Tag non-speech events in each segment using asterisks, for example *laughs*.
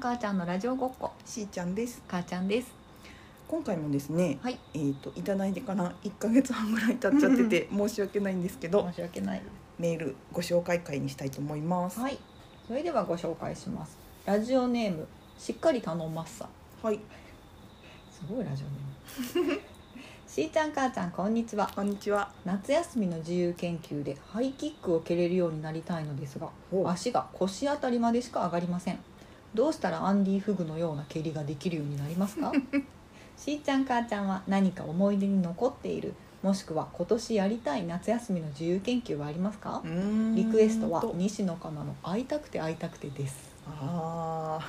母ちゃんのラジオごっこしーちゃんです母ちゃんです今回もですね、はいえー、といただいてから1ヶ月半ぐらい経っちゃってて申し訳ないんですけど申し訳ないでメールご紹介会にしたいと思いますすはいそれではご紹介しますラジオネームしっかり頼まっさはいすごいラジオネ *laughs* ームしーちゃん母ちゃんこんにちはこんにちは夏休みの自由研究でハイキックを蹴れるようになりたいのですがほう足が腰あたりまでしか上がりませんどうしたらアンディ・フグのような蹴りができるようになりますか *laughs* しーちゃん母ちゃんは何か思い出に残っているもしくは今年やりたい夏休みの自由研究はありますかうーんリクエストはと西野カナの「会いたくて会いたくて」ですあ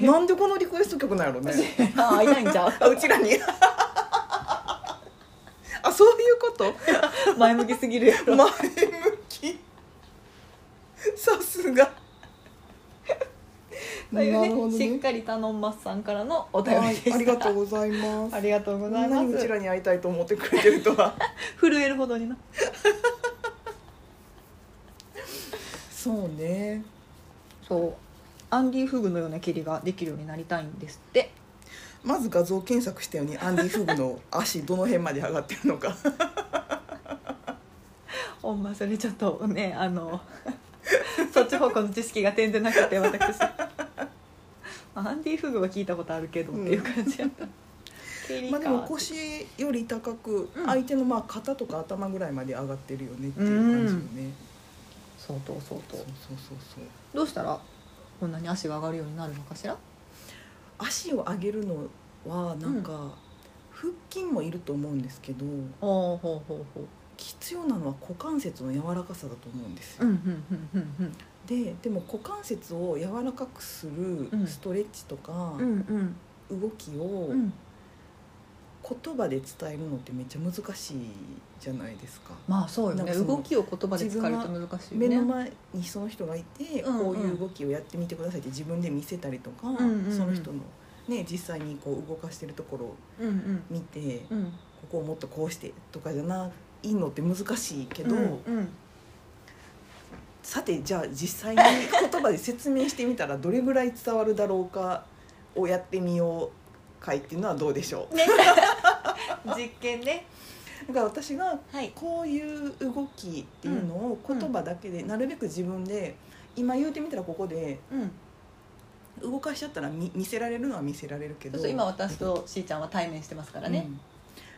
ーなんでこのリクエスト曲なんやろね *laughs* あ会いたいん *laughs* ちゃうあうちらに *laughs* あそういう *laughs* こと前向きすぎるやろ、前向 *laughs* きさすがというねなるほどねしっかり頼んますさんからのお便りはでしい、たありがとうございますありがとうごこんざないまにうちすらに会いたいと思ってくれてる *laughs* とは震えるほどになそうねそうアンディ・フグのような蹴りができるようになりたいんですってまず画像検索したようにアンデ *laughs* ィ・フグの足どの辺まで上がってるのかほんまそれちょっとねあの *laughs* そっち方向の知識が点でなくて私アンディ・フグは聞いたことあるけどっていう感じやった、ケリーまかあでも腰より高くうん相手のまあ肩とか頭ぐらいまで上がってるよねっていう感じよね相当相当そうそうそうそうどうしたらこんなに足が上がるようになるのかしら足を上げるのはなんか、腹筋もいると思うんですけどほうほうほうほ必要なのは股関節の柔らかさだと思うんですよううんうんうんうんででも股関節を柔らかくするうんストレッチとかうんうん動きをうん言葉で伝えるのってめっちゃ難しいじゃないですか。まあそうよなんねかその動きを言葉で使えると難しい目のよね前にその人がいて、うんうんこういう動きをやってみてくださいって自分で見せたりとか、んうんうんその人の、ね、実際にこう動かしてるところをうんうん見て、こうんこをもっとこうしてとかじゃないのって難しいけど、うんうんさてじゃあ実際に言葉で説明してみたらどれぐらい伝わるだろうかをやってみよう会っていうのはどうでしょうね実験ね *laughs* だから私がはいこういう動きっていうのをうん言葉だけでなるべく自分で今言うてみたらここでうん動かしちゃったら見見せられるのは見せられるけそどうそう今私としーちゃんは対面してますからね、うん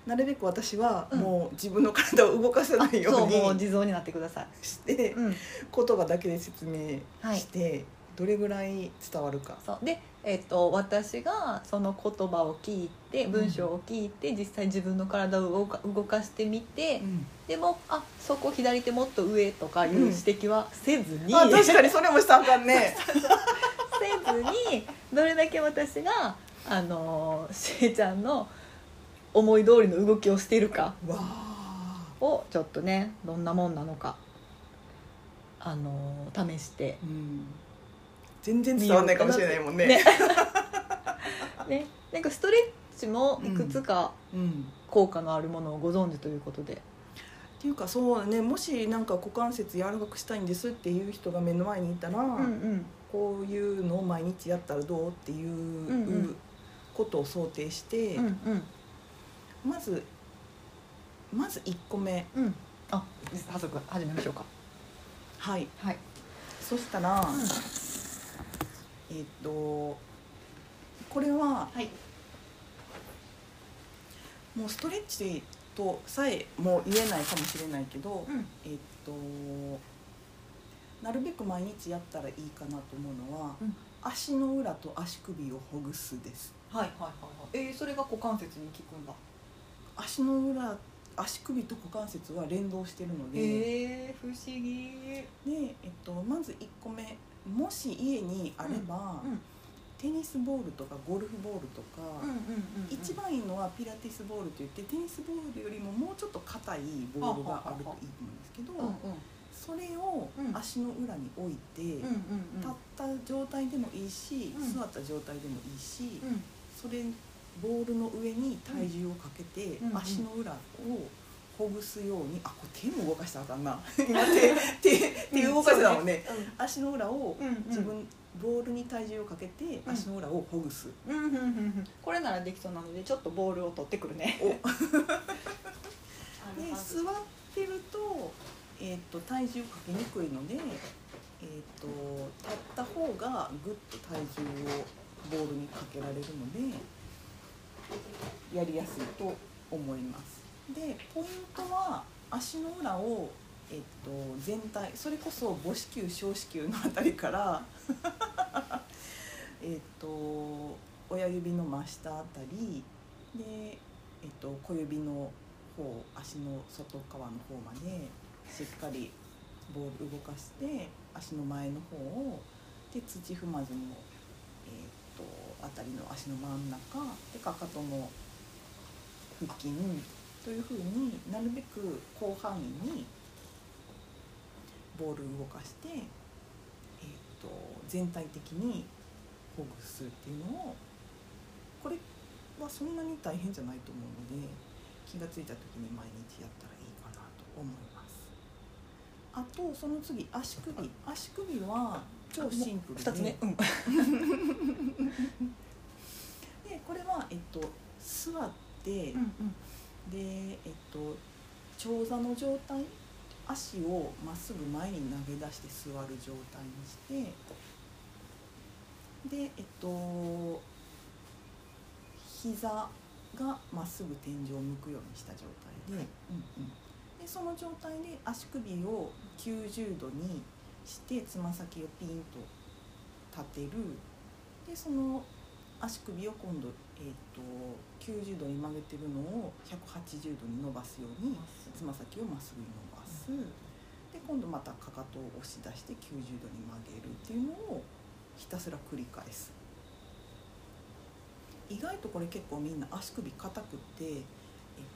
なるべく私はうんもう自分の体を動かさあないよそううもうに地蔵になってください、してうん、言葉だけで説明してどれぐらい伝わるか。そうで、えっと私がその言葉を聞いて文章を聞いて、実際自分の体を動か動かしてみて、うんでもあそこ左手もっと上とかいう指摘はせずに、あ確せかにそれもしたらあかん *laughs* ねずにどれだけ私があのしーちゃんの思い通りの動きをしているかわあをちょっとねどんなもんなのかあの試してうん全然伝わんないかもしれないもんねねね、なんかストレッチもいくつかうん、効果のあるものをご存知ということで、っていうかそうねもしなんか股関節柔らかくしたいんですっていう人が目の前にいたら、んこういうのを毎日やったらどうっていう、んうんことを想定して、うんうんまずまず1個目うんあ早速始めましょうかはいはい、そしたら、えっとこれははいもうストレッチとさえもう言えないかもしれないけど、うんえっとなるべく毎日やったらいいかなと思うのは、うん足の裏と足首をほぐすですはいはいはいはいえー、それが股関節に効くんだ足の裏足首と股関節は連動してるので,、へえ不思議でえっと、まず1個目もし家にあれば、うんうんテニスボールとかゴルフボールとか、うんうんうん一番いいのはピラティスボールといってテニスボールよりももうちょっと硬いボールがあるといいと思うんですけど、うんうんそれをうん足の裏に置いて、うんうん立った状態でもいいし、うん座った状態でもいいし、うんそれボールの上に体重をかけて、うんうん足の裏をほぐすようにあこれ手も動 *laughs* かしたらあかんな今手手手動かしてたもんね、うん足の裏をうんうん自分ボールに体重をかけてうん足の裏をほ *laughs* ぐす、うんうんうんうんこれならできそうなのでちょっとボールを取ってくるねおあでるはず座ってると,、えー、と体重かけにくいので、えー、と立った方がぐっと体重をボールにかけられるのでやりやすいと思います。でポイントは足の裏を、えー、と全体それこそ母子球小子球のあたりから *laughs* えーと親指の真下あたりで、えー、と小指の方足の外側の方までしっかりボール動かして足の前の方をで土踏まずの、えー、とあたりの足の真ん中でかかとの腹筋というふうになるべく広範囲にボール動かして、えー、と全体的にほぐすっていうのをこれはそんなに大変じゃないと思うので。気がついた時に毎日やったらいいかなと思いますあとその次足首足首は超シンプルで2つ目うんでこれは、えっと、座って、で、えっと、長座の状態足をまっすぐ前に投げ出して座る状態にしてでえっと膝がまっすぐ天井を向くようにした状態で,、うんうん、でその状態で足首を90度にしてつま先をピンと立てるでその足首を今度、えー、と90度に曲げてるのを180度に伸ばすようにつま先をまっすぐに伸ばす、で今度またかかとを押し出して90度に曲げるっていうのをひたすら繰り返す意外とこれ結構みんな足首硬くって、えっ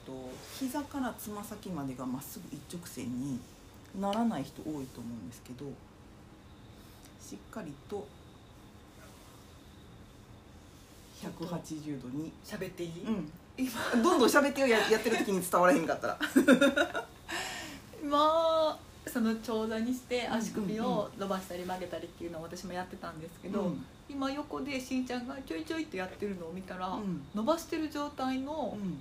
と、膝からつま先までがまっすぐ一直線にならない人多いと思うんですけどしっかりと180度に喋っていいうん、どんどん喋ってよややってる時に伝わらへんかったらまあその長座にして足首うんうんを伸ばしたり曲げたりっていうのを私もやってたんですけど、うん今横でしーちゃんがちょいちょいってやってるのを見たら、うん伸ばしてる状態の、うん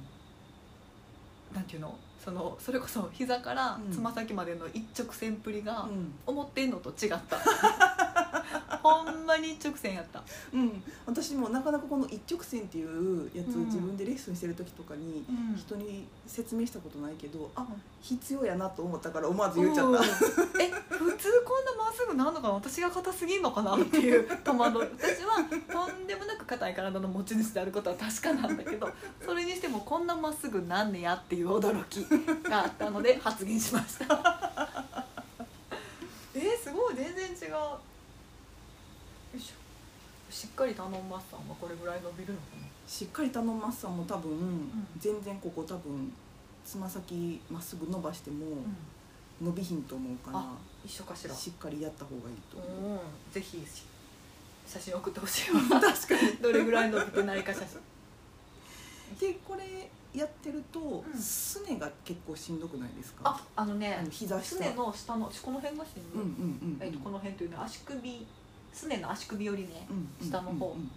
なんていうのそのそれこそ膝からうんつま先までの一直線っぷりが、うん思ってんのと違った *laughs* ほんまに一直線やった、うん、私もなかなかこの一直線っていうやつをうん自分でレッスンしてる時とかにうん人に説明したことないけどあうん必要やなと思ったから思わず言っちゃったえ普通こんなまっすぐなんのかな私が硬すぎんのかなっていう戸惑い私はとんでもなく硬い体の持ち主であることは確かなんだけどそれにしてもこんなまっすぐなんねやっていう驚きがあったので発言しましたえー、すごい全然違うよいしょしっかり頼んまさんはこれぐらい伸びるのか *laughs* しっかり頼まっさんも多分、ん全然ここ多分つま先まっすぐ伸ばしてもな、伸びひんと思うから、あ一緒かしらしっかりやった方がいいと思う、ぜひし写真送ってほしいわ *laughs* 確かにどれぐらい伸びてないか写真でこれやってると、うんすねが結構しんどくないですかああのねの膝す下ねの下のこの辺がしんうんどういんうんうん、えっとこの辺というのは足首すねの足首よりねうん下の方うんうんうん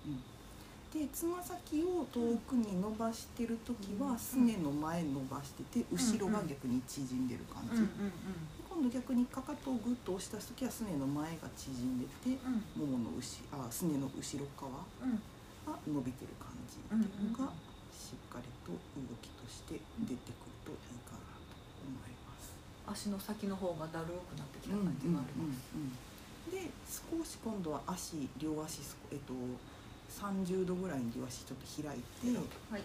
でつま先を遠くに伸ばしてる時うはんすねの前に伸ばしてて後ろが逆に縮んでる感じ、今度逆にかかとをグッと押し出す時はすねの前が縮んでてうんももの後あすねの後ろ側うんが伸びてる感じうんっていうのうんがしっかりと動きとして出てくるといいかなと思います。足の先の方がだるくなってきうたんうんうん感じがありますうんで少し今度は足両足すこえっと30度ぐらいに両足ちょっと開いてではい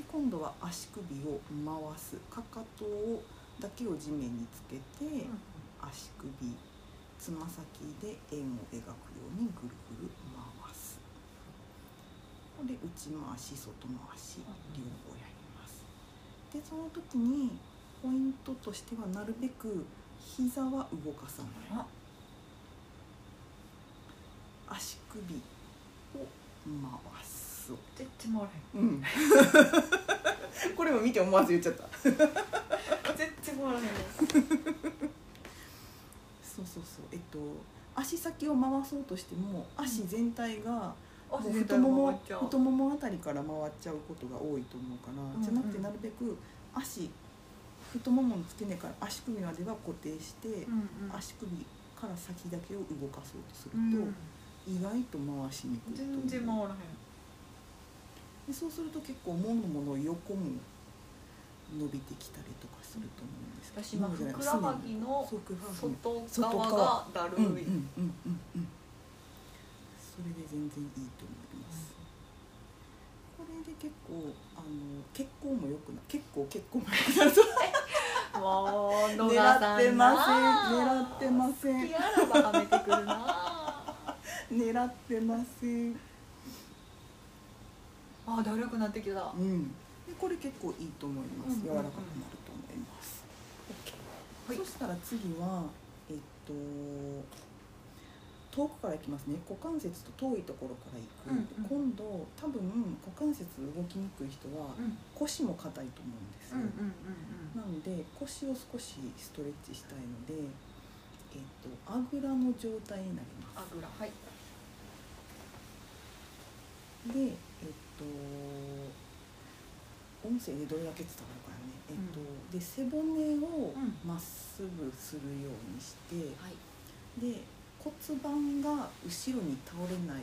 今度は足首を回すかかとをだけを地面につけて、足首つま先で円を描くようにぐるぐる回すこれ内回し外回しうん両方やりますでその時にポイントとしてはなるべく膝は動かさないあ足首を回す全然回らうん *laughs* これも見て思わず言っちゃったへん全然回らへんですそうそうそうえっと足先を回そうとしても足全体がもう太太もももも太ももあたりから回っちゃうことが多いと思うから、うんじゃなくてなるべく足太ももの付け根から足首までは固定して、うんうん足首から先だけを動かそうとすると、うん意外と回しにくいと思う全然回らへんでそうすると結構ものもの横も伸びてきたりとかすると思うんですけど私今ふくらはぎのそうふくらはぎの外側がだるうんうんうんい、うんうんそれで全然いいと思います、これで結構あの血行も良くな結構血行も良くなるもうと野田さ狙んってませんな狙ってませんティアラばはめてく *laughs* るな *laughs* 狙ってませんあだるくなってきた、うんでこれ結構いいと思いまうんすうん柔らかくなると思います、はいそしたら次はえっと遠くからいきますね股関節と遠いところからいく、うんうん今度多分股関節動きにくい人はうん腰も硬いと思うんですうよ、んうんなので腰を少しストレッチしたいので、えっとあぐらの状態になりますあぐらはいでえっと音声でどれだけ伝わるかよね、えっとで背骨をうんまっすぐするようにして、はいで骨盤が後ろに倒れないよ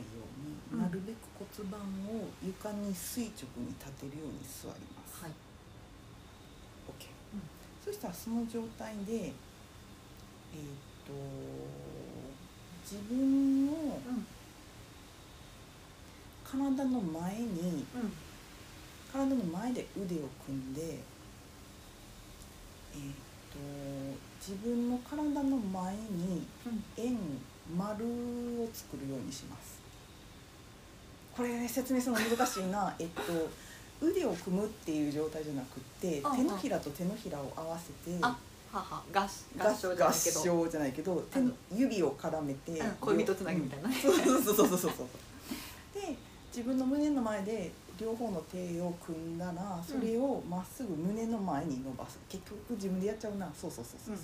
うに、うんなるべく骨盤を床に垂直に立てるように座ります。はい OK うんそしたらその状態でえーっと自分のうん体の前にうん体の前で腕を組んで、えーっと自分の体の前にうん円丸を作るようにしますこれ、ね、説明するの難しい *laughs* なえっと腕を組むっていう状態じゃなくってうんうん手のひらと手のひらを合わせてあはは合合合唱じゃないけど唱じゃないけど手の指を絡めてうん恋人つなぎみたいなねうんそうそうそうそうそうそうで自分の胸の前で両方の手を組んだらそれをまっすぐ胸の前に伸ばす結局自分でやっちゃうなそうそうそうそうそ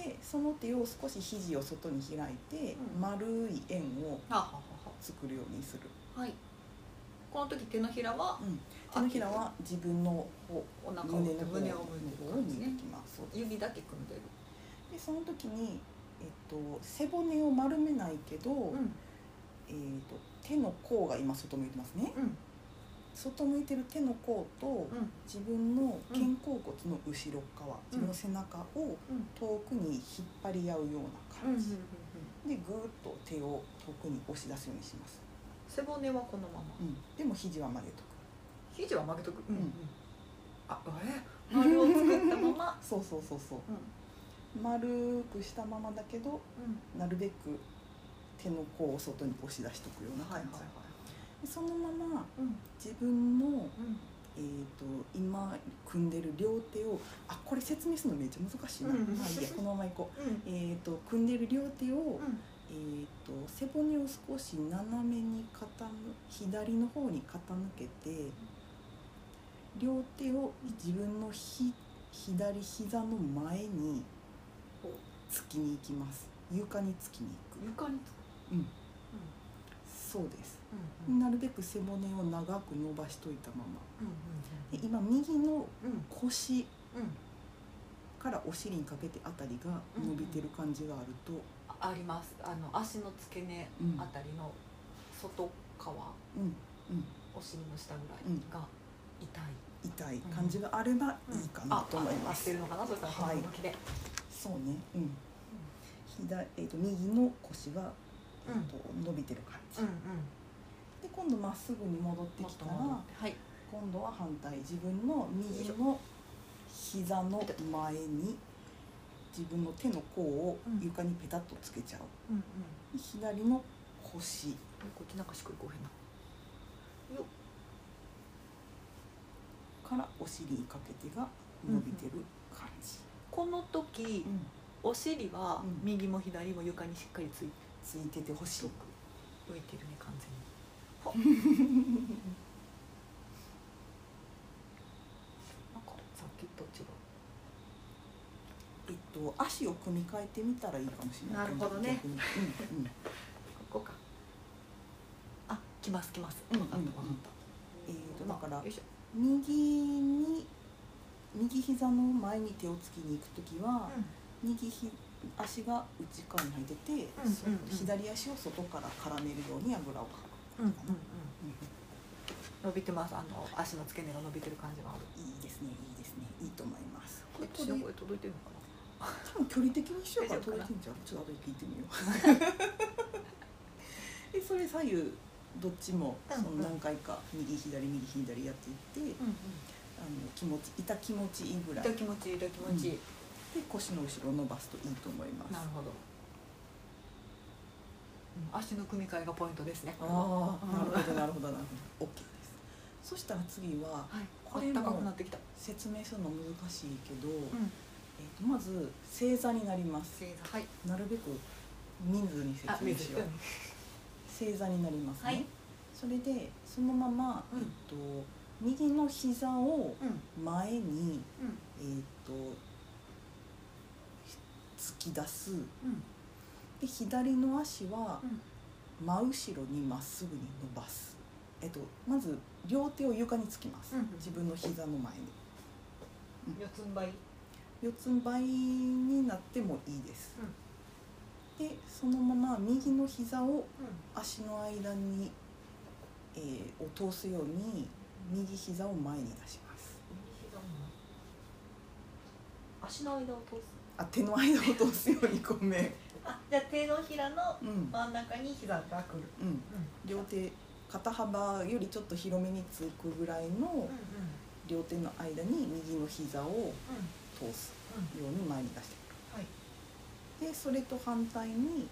う、でその手を少し肘を外に開いて、うん丸い円をははは作るようにする、ははいこの時手のひらはうん、手のひらは自分の方お腹を胸の方胸を向いてる感じね向いてきますそう指だけ組んでるでその時に、えっと、背骨を丸めないけど、うんえっと手の甲が今外向いてますねうん外向いてる手の甲と、うん自分の肩甲骨の後ろ側、自分の背中をうん遠くに引っ張り合うようなうんうんう感んじ、でぐーっと手を遠くに押し出すようにします、背骨はこのままうん、でも肘は曲げとく肘は曲げとくうんんあえ丸を作ったままそうそうそうそううん丸くしたままだけどうんなるべく手の甲を外に押し出しとくようなはい感はいはじ、いでそのままうん自分の、うんえー、と今組んでる両手をあこれ説明するのめっちゃ難しいな、うんまあいいやこのままいこううんえー、と組んでる両手を、うんえー、と背骨を少し斜めに傾左の方に傾けて両手を自分のひ左膝の前にこつきに行きます床につきにう行く床につうんうんそうですうんうんなるべく背骨を長く伸ばしといたままでう今右のんうん腰うんからお尻にかけてあたりが伸びてる感じがあると、ありますあの足の付け根うんあたりの外側うんうん、お尻の下ぐらいが痛い、痛い感じがあればいいかなと思いあま合っすてる。のかなそしたらはいこの動きで、そうね、うん、左、えっ、と、右の腰が、えうんっと、伸びてる感じ。うんで、今度まっすぐに戻ってもっきとたら、戻ってはい今度は反対、自分の右の膝の前に。自分の手の甲をうん床にペタッとつけちゃう。うんうん左の腰、こっちなんかしっくりこうへんなよからお尻にかけてが伸びてる感じ。この時うんお尻はうん右も左も床にしっかりついついててほしい。浮いてるね完全に *laughs* なんかさっきと違うえっと、と足を組み替えてみたらいいかもしれない。なるほどね逆にここかあ来ます来ますうんうん。うんう分んかった分かっえー、とただからよいしょ右に右膝の前に手をつきに行くときは、右ひ足が内側に入ってて、うんそうんうん左足を外から絡めるようにあぐらをかうんうんうんく、うん伸びてますあの足の付け根が伸びてる感じがあるいいですねいいですねいいと思いますこれ私の声届いてるのかな多分距離的に一緒やから大丈夫か届いなてんじゃんちょっと後で聞いてみよ *laughs* うでそれ左右どっちもうんその何回か右左右左やっていって、うんうんあの気持ち痛気持ちいいぐらい痛で気持ちいい痛気持ちいい腰の後ろ伸ばすといいと思いますなるほどうん足の組み替えがポイントですねこれはあうんあなるほどなるほどなるほど OK ですそしたら次ははいこれもあったかくなってきた説明するの難しいけど、んえーとまず正座になります正座はいなるべく人数に説明しよううん正座になりますね、はいそれでそのまま、うんえっと、右の膝をうん前に、うんえっとひ突き出すうんで左の足はうん真後ろにまっすぐに伸ばす、えっと、まず両手を床につきます、うんうん自分の膝の前に四つん這い四つん這いになってもいいです、でそのまま右の膝を足の間に、えーを通すように右膝を前に出します足の間を通すあ手の間を通すよう *laughs* にごめんあじゃあ手のひらのうん、真ん中に膝が来るうん、両手肩幅よりちょっと広めにつくぐらいの両手の間に右の膝を通すように前に出してはいくるでそれと反対に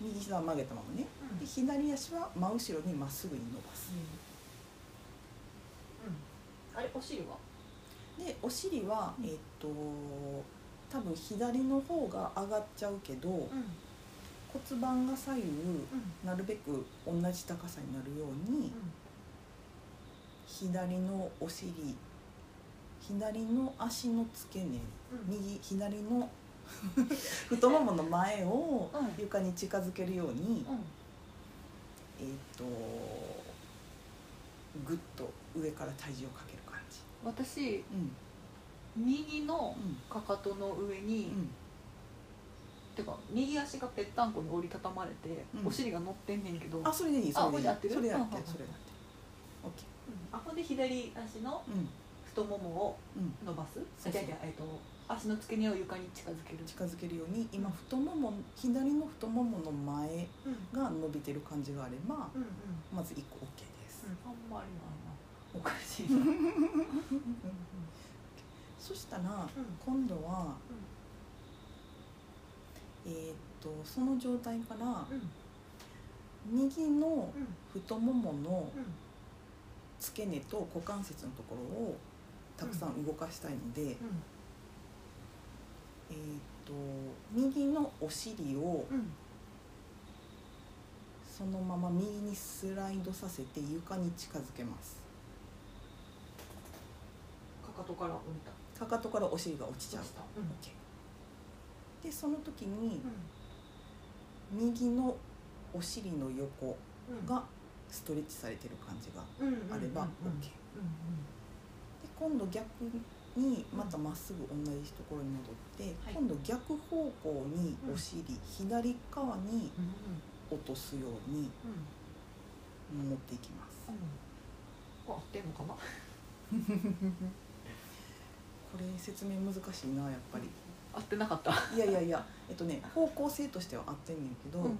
右膝は曲げたままねで左足は真後ろにまっすぐに伸ばすあれお尻はでお尻は、えっと多分左の方が上がっちゃうけど、骨盤が左右なるべく同じ高さになるように、左のお尻左の足の付け根右左の *laughs* 太ももの前をうん床に近づけるよううに、んえっ、とぐっと上から体重をかける感じ。私うん右のうんかかとの上に、てか右足がぺったんこに折りたたまれて、うんお尻が乗ってんねんけど、うん、あそれでいいそれであこれいいで合ってるそれで合っうんてうんるうんそれで合ってるオッケあほんで左足のーうん太ももをうん伸ばすそうそうじゃじゃえっと足の付け根を床に近づける近づけるように今太もも左の太ももの前うんが伸びてる感じがあればうんうんまず1個 OK です、あんまりないなおかしいなうんうんそしたら今度はえーっとその状態からうん右のうん太もものうん付け根と股関節のところをたくさん動かしたいので、えーっと右のお尻をうんうんそのまま右にスライドさせて床に近づけますかかとから降りたかかとからお尻が落ちちゃう落ちたうん OK でその時にう右のお尻の横んうんがストレッチされてる感じがうんうんあれば OK うんで今度逆にまたまっすぐ同じところに戻って、はい今度逆方向にお尻、左側にうん落とすようにうんうんうん持っていきます、うんこう合ってんのかなこれ説明難しいなやっぱり合ってなかったいやいやいやえっとね方向性としては合ってんねんけど、うん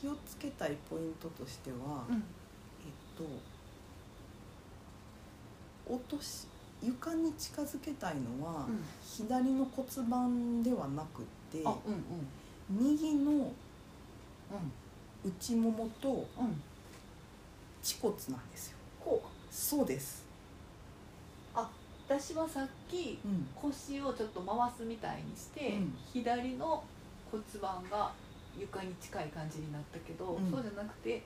気をつけたいポイントとしては、うんえっと落とし床に近づけたいのは、左の骨盤ではなくてあうんうん右のう内ももとんうん恥骨なんですよこうそうです、私はさっきうん、腰をちょっと回すみたいにして、うん左の骨盤が床に近い感じになったけど、うんそうじゃなくて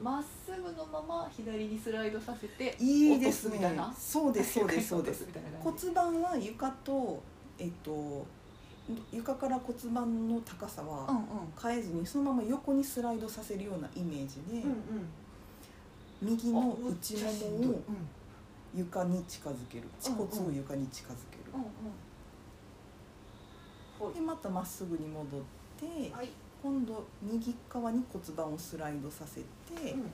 まっすぐのまま左にスライドさせていいです落とねみたいなそうですそうですそう床にで落とすみたいな感じ骨盤は床とえっと床から骨盤の高さうんはうん変えずにそのまま横にスライドさせるようなイメージで、う右んのあ内もうんうんもを床に近づける恥骨を床に近づける、うんでまたまっすぐに戻ってはい今度右側に骨盤をスライドさせて、うん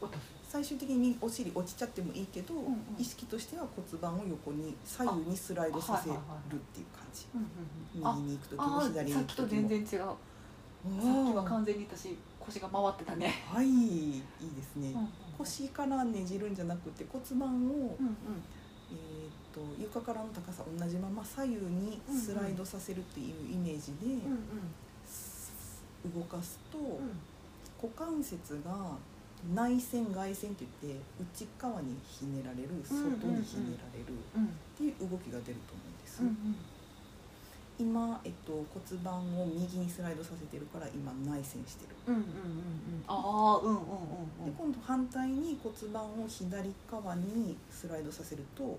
落とす最終的にお尻落ちちゃってもいいけど、んうん意識としては骨盤を横に左右にスライドさせるっていう感じ、うんうんうんあ右に行く時もあ左にさ行っくきと時全も然違うさっきは完全に私腰が回ってたねあーはいいいですね、うんうん腰からねじるんじゃなくて骨盤を、うんうんえー、と床からの高さ同じまま左右にスライドさせるっていうイメージで、うん動かすと、うんうん股関節が内旋外旋って言って内側にひねられるうんうんうん外にひねられるうんっていう動きが出ると思うんです、うんうん今、えっと、骨盤を右にスライドさせてるから今内旋してるうんうんうんうんああうんうんうんうんで今度反対に骨盤を左側にスライドさせるとうんうん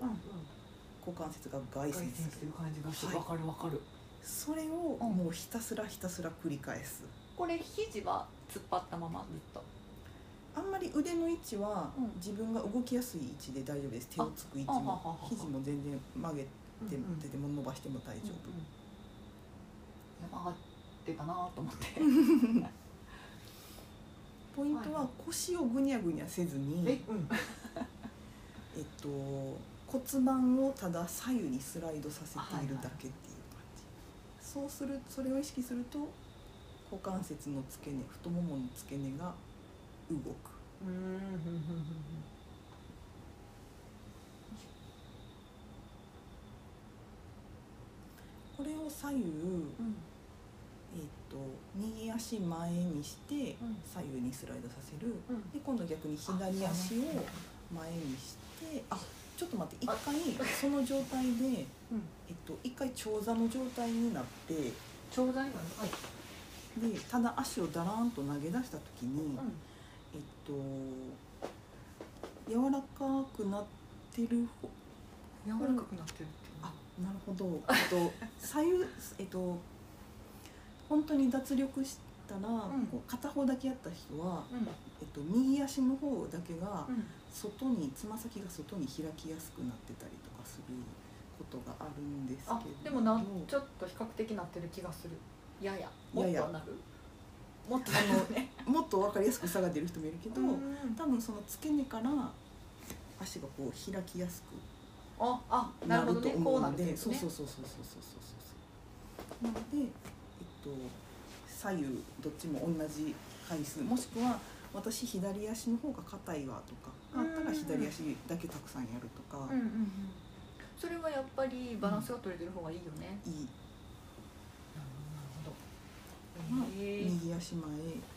股関節が外旋回転すしてるる感じがすはいるわかるわかるそれをもうひたすらひたすら繰り返すこれ肘は突っ張ったままずっとあんまり腕の位置はうん自分が動きやすい位置で大丈夫です手をつく位置あははもはは肘も全然曲げてうんうん出ても伸ばしても大丈夫うんうん、上がってたなと思ってポイントはいははい腰をぐにゃぐにゃせずに、えうんっと、骨盤をただ左右にスライドさせているだけっていう感じ、そうするそれを意識すると股関節の付け根太ももの付け根が動くうんうんうんうんこれを左右、うんえっと、右足前にしてうん左右にスライドさせるうんで今度逆に左足を前にしてあちょっと待って一回その状態で。うんえっと、一回長座の状態になってでちょうだいなのはいただ足をだらんと投げ出した時に、うんえっと、柔らかくなってる方柔らかくなってるっていうあなるほ *laughs* ど、えっと、左右えっと本当に脱力したら、んこう片方だけやった人は、うんえっと、右足の方だけがうん外につま先が外に開きやすくなってたりとかすることがあるんですけどあでもなちょっと比較的なってる気がするややもやっやとなるもっとなる *laughs* ねもっと分かりやすく差が出る人もいるけど。うん多分その付け根から足がこう開きやすくああななるほるどとねこ思ううなるのってで、ことねそうそうそうそうそうそうそうそうなので、えっと、左右どっちも同じ回数もしくは私左足の方が硬いわとかあったらうん左足だけたくさんやるとか、うんうんうんそれはやっぱりバランスが取れてる方がいいよね、いいなるほどまあへえ右足前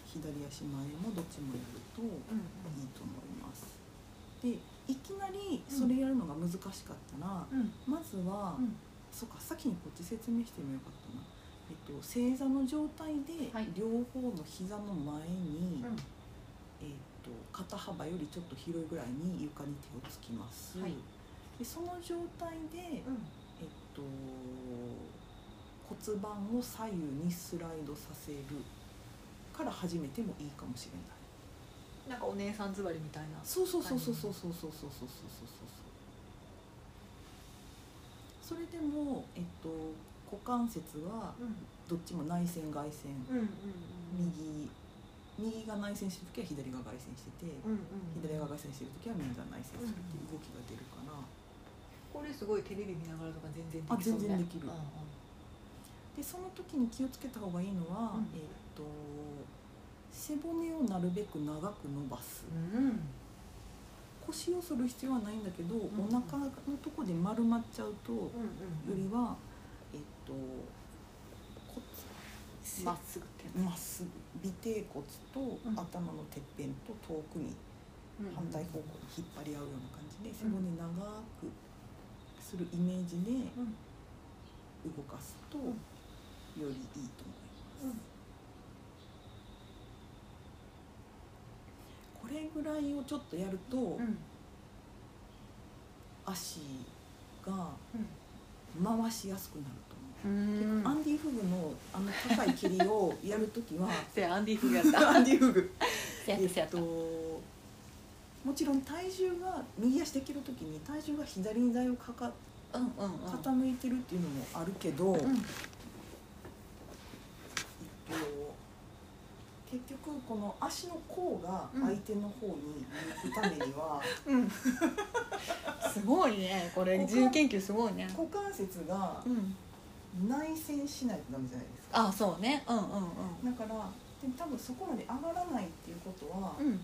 左足前もどっちもやるといいうんと思います。でいきなりそれやるのが難しかったら、うんうんまずは、うんそうか先にこっち説明してもよかったな、えっと、正座の状態ではい両方の膝の前に、うんえっと、肩幅よりちょっと広いぐらいに床に手をつきます、はいでその状態で、うんえっと、骨盤を左右にスライドさせるから始めてもいいかもしれないなんかお姉さん座りみたいなそうそうそうそうそうそうそうそうそうそうそうそれでも、えっと、股関節はうんどっちも内旋外旋うんうんうん右右が内旋してる時は左が外旋しててうんうん左が外旋してる時は右が内旋するっていう動きが出るからこれすごいテレビ見ながらとか全然であきそうね全然できるうんうんでその時に気をつけた方がいいのは、うんえっと背骨をなるべく長く伸ばすうん腰をする必要はないんだけど、んお腹のとこで丸まっちゃうと、うんようんりはえっと骨せまっすぐってやつまっすぐ尾てい骨とうん頭のてっぺんと遠くにうん反対方向に引っ張り合うような感じで背骨長くするイメージでうんうん動かすとよんりいいと思います。これぐらいをちょっとやるとうん足がうん回しやすくなると思ううんアンディ・フグのあの高い蹴りをやるときはせやアンディフグやったアンディ・フグせやったせえやっったともちろん体重が右足で蹴るときに体重が左にだいぶかかうんうんうん傾いてるっていうのもあるけど、えっと、うん結局この足の甲が相手の方に行くためには、うん、すごいねこれ股間自由研究すごいね股関節がうん内旋しないとダメじゃないですかあそうねうんうんうんだからで多分そこまで上がらないっていうことは、うん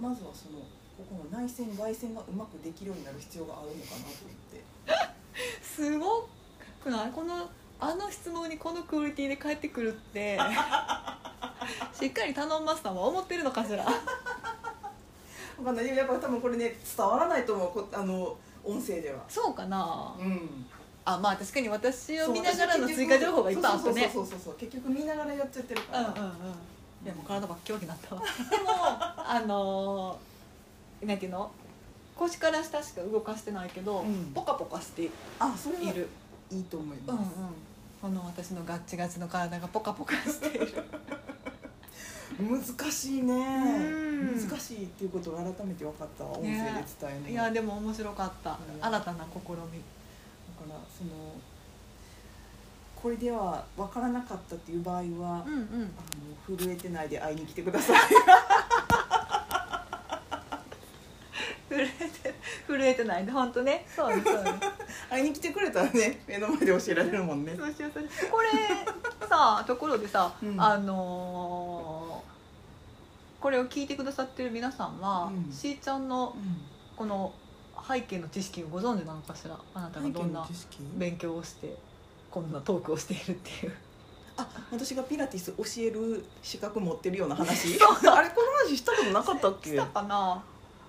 まずはそのここの内旋外旋がうまくできるようになる必要があるのかなと思ってすごくないこのあの質問にこのクオリティで返ってくるって *laughs* しっかり頼んましたは思ってるのかしらわかんないでもやっぱ多分これね伝わらないと思うこあの音声ではそうかなうんあまあ確かに私を見ながらの追加情報がいっぱいあったねそうそうそうそうそう結局見ながらやっちゃってるかうんうんうら、んいやもう体ばっきょうになったわでもあのー、なんていうの腰から下しか動かしてないけど、うんポカポカしていあそれはいるいいと思いうんうまんす、この私のガッチガチの体がポカポカしている難しいねうん難しいっていうことを改めて分かったわ音声で伝ねえないいやでも面白かった、うん新たな試みだからそのこれでは分からなかったっていう場合は、あのうんうん震えてないで会いに来てください震えて震えてないで本当ねそうですそうです会いに来てくれたらね目の前で教えられるもんねそうしようそうしようこれさあところでさ、うんあのーこれを聞いてくださってる皆さんは、うんしーちゃんのうこの背景の知識をご存知なのかしらあなたがん、どんな知識勉強をしてこんなトークをしているっていうあ私がピラティス教える資格持ってるような話あれこの話したことなかったっけしたかな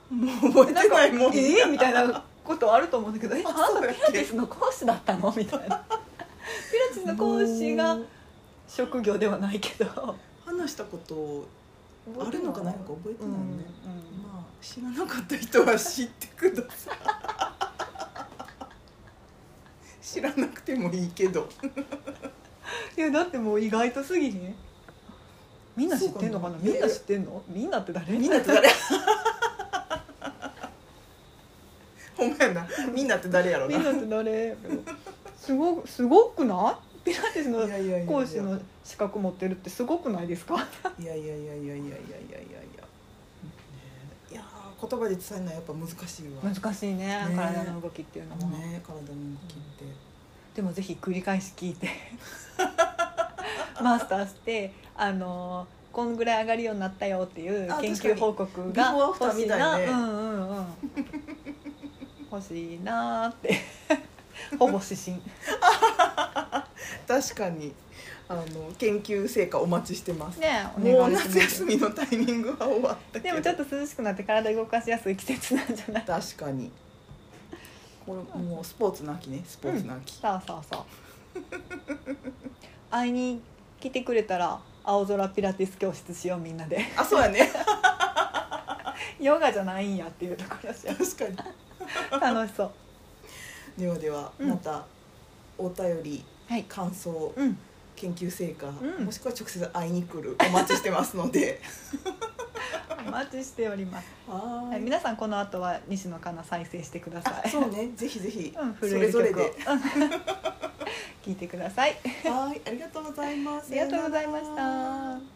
もう覚えてないもんええみたいなことあると思うんだけど「えああなそうただっピけラティスの講師だったの?」みたいな「ピラティスの講師がもう職業ではないけど話したことあるのかないのか覚えてうなんいうんね、まあ知らなかった人は知ってください *laughs* 知らなくてもいいけどいやだってもう意外とすぎねみんな知ってんのかなそうかなみんな知ってんのみんなって誰みんなって誰 *laughs* ほんまやなみんなって誰やろみんななって誰すごくすごくないピラティスいのやいやいやいや講師の資格持ってるってすごくないですかいやいやいやいやいやいやいやいやいやいやー言葉で伝えるのはやっぱ難しいわ、ね難しいねね体の動きっていうのも、え、体の動きって、でもぜひ繰り返し聞いてマスターしてあのーこんぐらい上がるようになったよっていうあ研確か究に報告ビフがォーアフター欲しいな、みたいねうんうんうん欲しいなーって *laughs* ほぼ指針確かにあの研究成果お待ちしてますねおもう願いし夏ま休すみのタイミングは終わったけどでもちょっと涼しくなって体動かしやすい季節なんじゃない確かにこれもうスポーツの秋ねスポーツの秋、そうそうそう *laughs* 会いに来てくれたら青空ピラティス教室しようみんなで *laughs* あそうやねヨガじゃないんやっていうところしよ確かに *laughs* う楽しそうではではうんまたお便りはい感想うん研究成果、うんもしくは直接会いに来るお待ちしてますのでお待ちしております。は *laughs* はい、皆さんこの後は西野カナ再生してくださあい。そうねぜひぜひ、うん、そ震えれるぞ曲をれで *laughs* 聞いてください。はいありがとうございまあすりがとうございました。